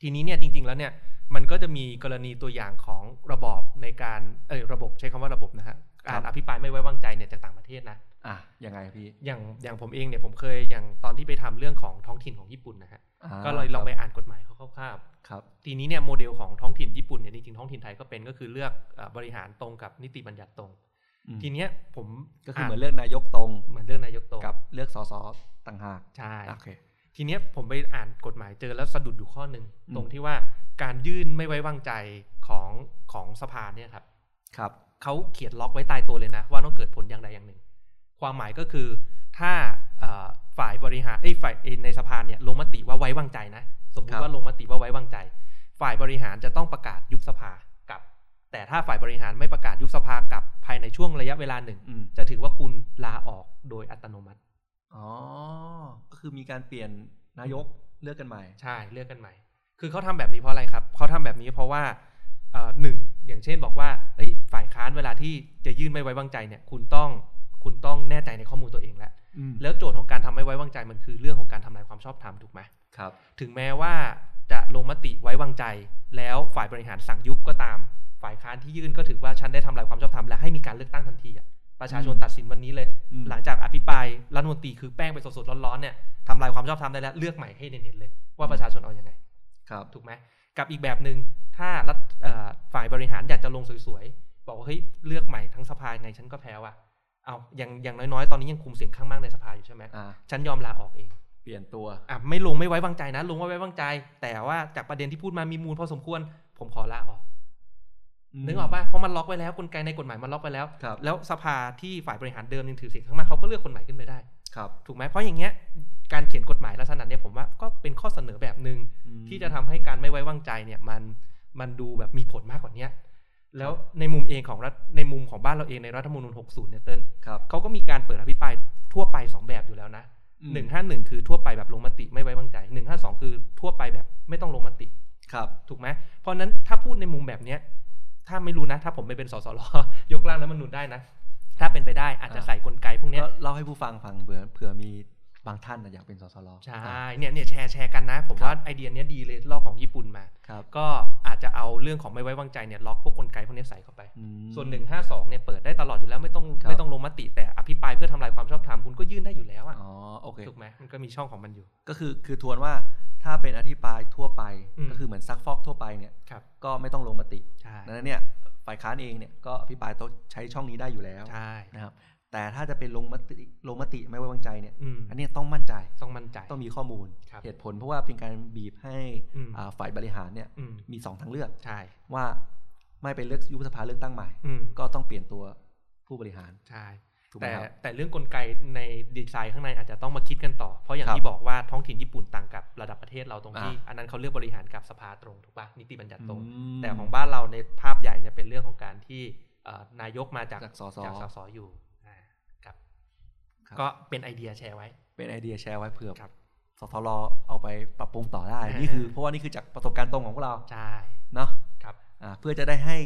ทีนี้เนี่ยจริง ๆ แล้วเนี่ยมันก็จะมีกรณีตัวอย่างของระบอบในการเอยระบบใช้คำว่าระบบนะฮะการอภิปรายไม่ไว้วางใจเนี่ยจากต่างประเทศนะ
อ่ะยังไงพี่
อย่างอย่างผมเองเนี่ยผมเคยอย่างตอนที่ไปทำเรื่องของท้องถิ่นของญี่ปุ่นนะฮะ
า
ก็เลยลองไป
ครับ
อ่านกฎหมายเขาคร่าวๆ
ครับ
ทีนี้เนี่ยโมเดลของท้องถิ่นญี่ปุ่นเนี่ยจริงๆท้องถิ่นไทยก็เป็นก็คือเลือกเอ่อบริหารตรงกับนิติบัญญัติตรง
อืม
ทีเนี้ยผม
ก็คือเหมือนเลือกนายกตรง
เหมือนเรื่องนายกตรง
กับเลือกสสต่างหาก
ใช่
โอเค
ทีเนี้ยผมไปอ่านกฎหมายเจอแล้วสะดุดอยู่ข้อหนึ่ง
อืม
ตรงที่ว่าการยื่นไม่ไว้วางใจของของสภาเนี่ยครับ
ครับ
เขาเขียนล็อกไว้ตายตัวเลยนะ ว่าต้องเกิดผลอย่างใดอย่างหนึ่ง ความหมายก็คือถ้าเอ่อฝ่ายบริหารเอ้ยฝ่ายเอ่อในสภาเนี่ยลงมติว่าไว้วางใจนะ สมม
ครั
ติ
บ
ว่าลงมติว่าไว้วางใจ ฝ่ายบริหารจะต้องประกาศยุบสภากับ แต่ถ้าฝ่ายบริหารไม่ประกาศยุบสภากับภายในช่วงระยะเวลาหนึ่ง
อืม
จะถือว่าคุณลาออกโดยอัตโนมัติ
อ๋อก็คือมีการเปลี่ยนนายกเลือกกันใหม่
ใช่เลือกกันใหม่ คือเขาทำแบบนี้เพราะอะไรครับเขาทำแบบนี้เพราะว่าเอ่อหนึ่งอย่างเช่นบอกว่าเอ้ยฝ่ายค้านเวลาที่จะยื่นไม่ไว้วางใจเนี่ย คุณต้องคุณต้องแน่ใจในข้อมูลตัวเองแล้ว
อืม
แล้วโจทย์ของการทำไม่ไว้วางใจมันคือเรื่องของการทำลายความชอบธรรมถูกไหม
ครับ
ถึงแม้ว่าจะลงมติไว้วางใจ แล้วฝ่ายบริหารสั่งยุบก็ตาม ฝ่ายค้านที่ยื่นก็ถือว่าฉันได้ทำลายความชอบธรรมและให้มีการเลือกตั้งทันทีอะประชาชนตัดสินวันนี้เลย
อืม
หลังจากอภิปรายรัฐมนตรีคือแป้งไปสดๆร้อนๆเนี่ยทำลายความชอบธรรมได้แล้วเลือกใหม่ให้เห็นๆเลย ว่าประชาชนเอายังไง
ครับ
ถูกไหมกับอีกแบบหนึง่งถ้ารัฐเอ่อฝ่ายบริหารอยากจะลงสวยๆ บอกว่าเฮ้ยเลือกใหม่ทั้งสภาไงฉันก็แพ้ว่ะเอาอย่างอย่างน้อยๆ ตอนนี้ยังคุมเสียงข้างมากในสภาอยู่ใช่ไหม
อ่า
ฉันยอมลาออกเอง
เปลี่ยนตัว
อ่ะไม่ลงไม่ไว้วางใจนะ ลงว่าไว้วางใจ แต่ว่าจากประเด็นที่พูดมามีมูลพอสมควร ผมขอลาออก นึกออกป่ะเพราะมันล็อกไว้แล้วกลไกในกฎหมายมันล็อกไว้แล้ว
ครับ
แล้วสภาที่ฝ่ายบริหารเดิมยังถือเสียงข้างมากเขาก็เลือกคนใหม่ขึ้นไปได้
ครับ
ถูกไหมเพราะอย่างเงี้ยการเขียนกฎหมายลักษณะเนี้ยผมว่าก็เป็นข้อเสนอแบบหนึ่ง
อืม
ที่จะทำให้การไม่ไว้วางใจเนี่ยมันมันดูแบบมีผลมากกว่าเนี้ยแล้วในมุมเองของรัฐในมุมของบ้านเราเองในรัฐธรรมนูญ60 เนี่ยเติ้ล
ครับ
เขาก็มีการเปิดอภิปรายทั่วไป 2 แบบอยู่แล้วนะ
อืม
151 คือทั่วไปแบบลงมติไม่ไว้วางใจ 152 คือทั่วไปแบบไม่ต้องลงมติ
ครับ
ถูกไหมเพราะฉะนั้นถ้าพูดในมุมแบบเนี้ยถ้าไม่รู้นะ ถ้าผมไม่เป็นสสร ยกร่างรัฐธรรมนูญได้นะ ถ้าเป็นไปได้อาจจะใส่กลไกพวกเนี้ย
ก็เล่าให้ผู้ฟังฟังเผื่อเผื่อมีบางท่านน่ะอยากเป็นสสร
ใช่เนี่ยเนี่ยแชร์แชร์กันนะ ผม
ครับ
ว่าไอเดียเนี้ยดีเลยรอบของญี่ปุ่นมา
ครับ
ก็อาจจะเอาเรื่องของไม่ไว้วางใจเนี่ยล็อกพวกกลไกพวกนี้ใส่เข้าไป
อืม
ส่วน 152เนี่ยเปิดได้ตลอดอยู่แล้วไม่ต้อง
ครับ
ไม่ต้องลงมติแต่อภิปรายเพื่อทำลายความชอบธรรมคุณก็ยื่นได้อยู่แล้วอ่ะ
อ๋อโอเค
ถูกไหมมันก็มีช่องของมันอยู่
ก็คือคือทวนว่าถ้าเป็นอธิบายทั่วไป
อืม
ก็คือเหมือนซักฟอกทั่วไปเนี่ย
ครับ
ก็ไม่ต้องลงมติ
ใช่
ดังนั้นเนี่ยฝ่ายค้านเองเนี่ยก็อภิปรายโต๊ะใช้ช่องนี้ได้อยู่แล้ว
ใช่
นะครับแต่ถ้าจะเป็นลงมติลงมติไม่ไว้วางใจเนี่ย
อืม
อันเนี้ยต้องมั่นใจ
ต้องมั่นใจ
ต้องมีข้อมูล
ครับ
เหตุผลเพราะว่าเป็นการบีบให้
อืม
อ่าฝ่ายบริหารเนี่ย
อืม
มีสองทางเลือก
ใช่
ว่าไม่ไปเลือกยุบสภาเลือกตั้งใหม่
อืม
ก็ต้องเปลี่ยนตัวผู้บริหาร
ใช่
ถูกไหม
แต่
ครับ
แต่เรื่องกลไกในดีไซน์ข้างในอาจจะต้องมาคิดกันต่อ เพราะอย่าง
ครับ
ที่บอกว่าท้องถิ่นญี่ปุ่นต่างกับระดับประเทศเราตรงที่
อ่า
อันนั้นเขาเลือกบริหารกับสภาตรงถูกปะนิติบัญญัติตรง
ม
แต่ของบ้านเราในภาพใหญ่จะเป็นเรื่องของการที่เอ่อนายกมาจาก
จากสส
จากสสอยู่อ่าครับ
ครับ
ก็เป็นไอเดียแชร์ไว้
เป็นไอเดียแชร์ไว้เผื่อ
ครับ
สทรเอาไปปรับปรุงต่อได้
อ่านี่
นี่คือเพราะว่านี่คือจากประสบการณ์ตรงของพวกเรา
ใช่
เนาะ
ครับ
อ่าเพื่อจะได้ให้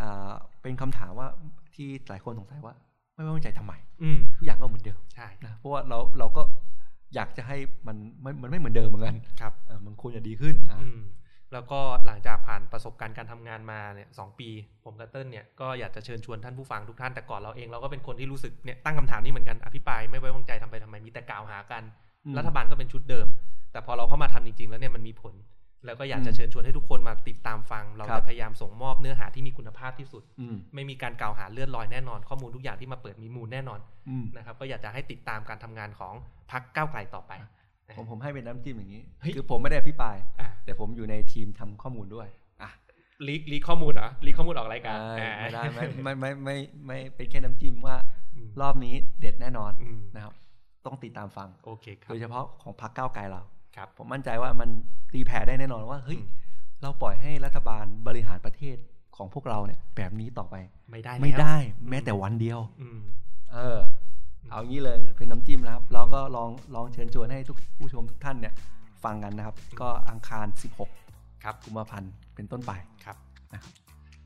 อ่าเป็นคำถามว่าที่หลายคนสงสัยว่า ไม่ไว้วางใจทำไม
อืม
ทุกอย่างก็เหมือนเดิม
ใช่
นะ เพราะว่าเราเราก็อยากจะให้มันมันมันไม่เหมือนเดิมเหมือนกัน
ครับ
อ่ามันควรจะดีขึ้นอ่า
อืมแล้วก็หลังจากผ่านประสบการณ์การทำงานมาเนี่ยสองปี ผมกับเติ้ลเนี่ยก็อยากจะเชิญชวนท่านผู้ฟังทุกท่านแต่ก่อนเราเองเราก็เป็นคนที่รู้สึกเนี่ยตั้งคำถามนี้เหมือนกันอภิปรายไม่ไว้วางใจทำไปทำไมมีแต่กล่าวหากัน
อืม
รัฐบาลก็เป็นชุดเดิม แต่พอเราเข้ามาทำจริงๆ แล้วเนี่ยมันมีผล แล้วก็อยากจะเชิญชวนให้ทุกคนมาติดตามฟัง เรา
ครั
จะ
บ
พยายามส่งมอบเนื้อหาที่มีคุณภาพที่สุด
อืม
ไม่มีการกล่าวหาเลื่อนลอยแน่นอน ข้อมูลทุกอย่างที่มาเปิดมีมูลแน่นอน
อืม
นะครับ ก็อยากจะให้ติดตามการทำงานของพักก้าวไกลต่อไป
ผมผมให้เป็นน้ำจิ้มอย่างนี้
เฮ้ย
คือผมไม่ได้อภิปราย
อ่ะ
แต่ผมอยู่ในทีมทำข้อมูลด้วยอ่ะ
ลีกลีกข้อมูลเหรอลีกข้อมูลออกรายการ
อ่า
อ่ะ
ไม่ได้ไม่ไม่ไม่ไม่ไม่ไม่เป็นแค่น้ำจิ้มว่า
อืม
รอบนี้เด็ดแน่นอน
อืม
นะครับ ต้องติดตามฟัง
โอเคครั
โด
บ
ยเฉพาะของพรรคก้าวไกลเรา
ครับ
ผมมั่นใจว่ามันตีแผ่ได้แน่นอนว่าเฮ้ย
อืม
เราปล่อยให้รัฐบาลบริหารประเทศของพวกเราเนี่ย แบบนี้ต่อไป
ไม่ได้
ไม่
แล้ว
ได้แม้แต่วันเดียว
อืม
เออ เอางี้เลยเป็นน้ำจิ้มนะครับ เราก็ลองลองเชิญชวนให้ทุกผู้ชมทุกท่านเนี่ย ฟังกันนะครับ ก็อังคาร 16
ครับ
กุมภาพันธ์เป็นต้นไป
ครับ
นะครับ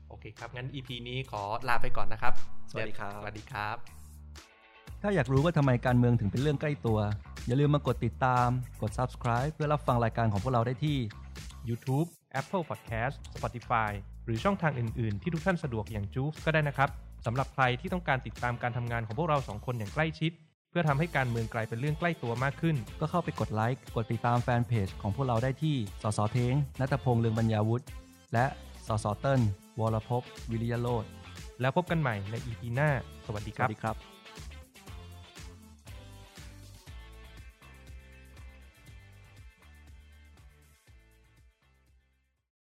โอเคครับ งั้น EP นี้ขอลาไปก่อนนะครับ
สวัสดีครับ
สวัสดีครับ
ถ้าอยากรู้ว่าทำไมการเมืองถึงเป็นเรื่องใกล้ตัว อย่าลืมมากดติดตาม กด subscribe เพื่อรับฟังรายการของพวกเราได้ที่
YouTube, Apple Podcast, Spotify หรือช่องทางอื่น ๆ ที่ทุกท่านสะดวกอย่างจูฟก็ได้นะครับ สำหรับใครที่ต้องการติดตามการทำงานของพวกเราสองคนอย่างใกล้ชิด เพื่อทำให้การเมืองกลายเป็นเรื่องใกล้ตัวมากขึ้น
ก็เข้าไปกดไลค์ กดติดตามแฟนเพจของพวกเราได้ที่ สสเทงนัตพงษ์เลืองบรรยาวุฒิ และสสเติ้ลวรภพวิริยโรธ
แล้วพบกันใหม่ใน EP หน้า สวัสดี
ส
ค
วั
รั
ส
บ
ดีครับ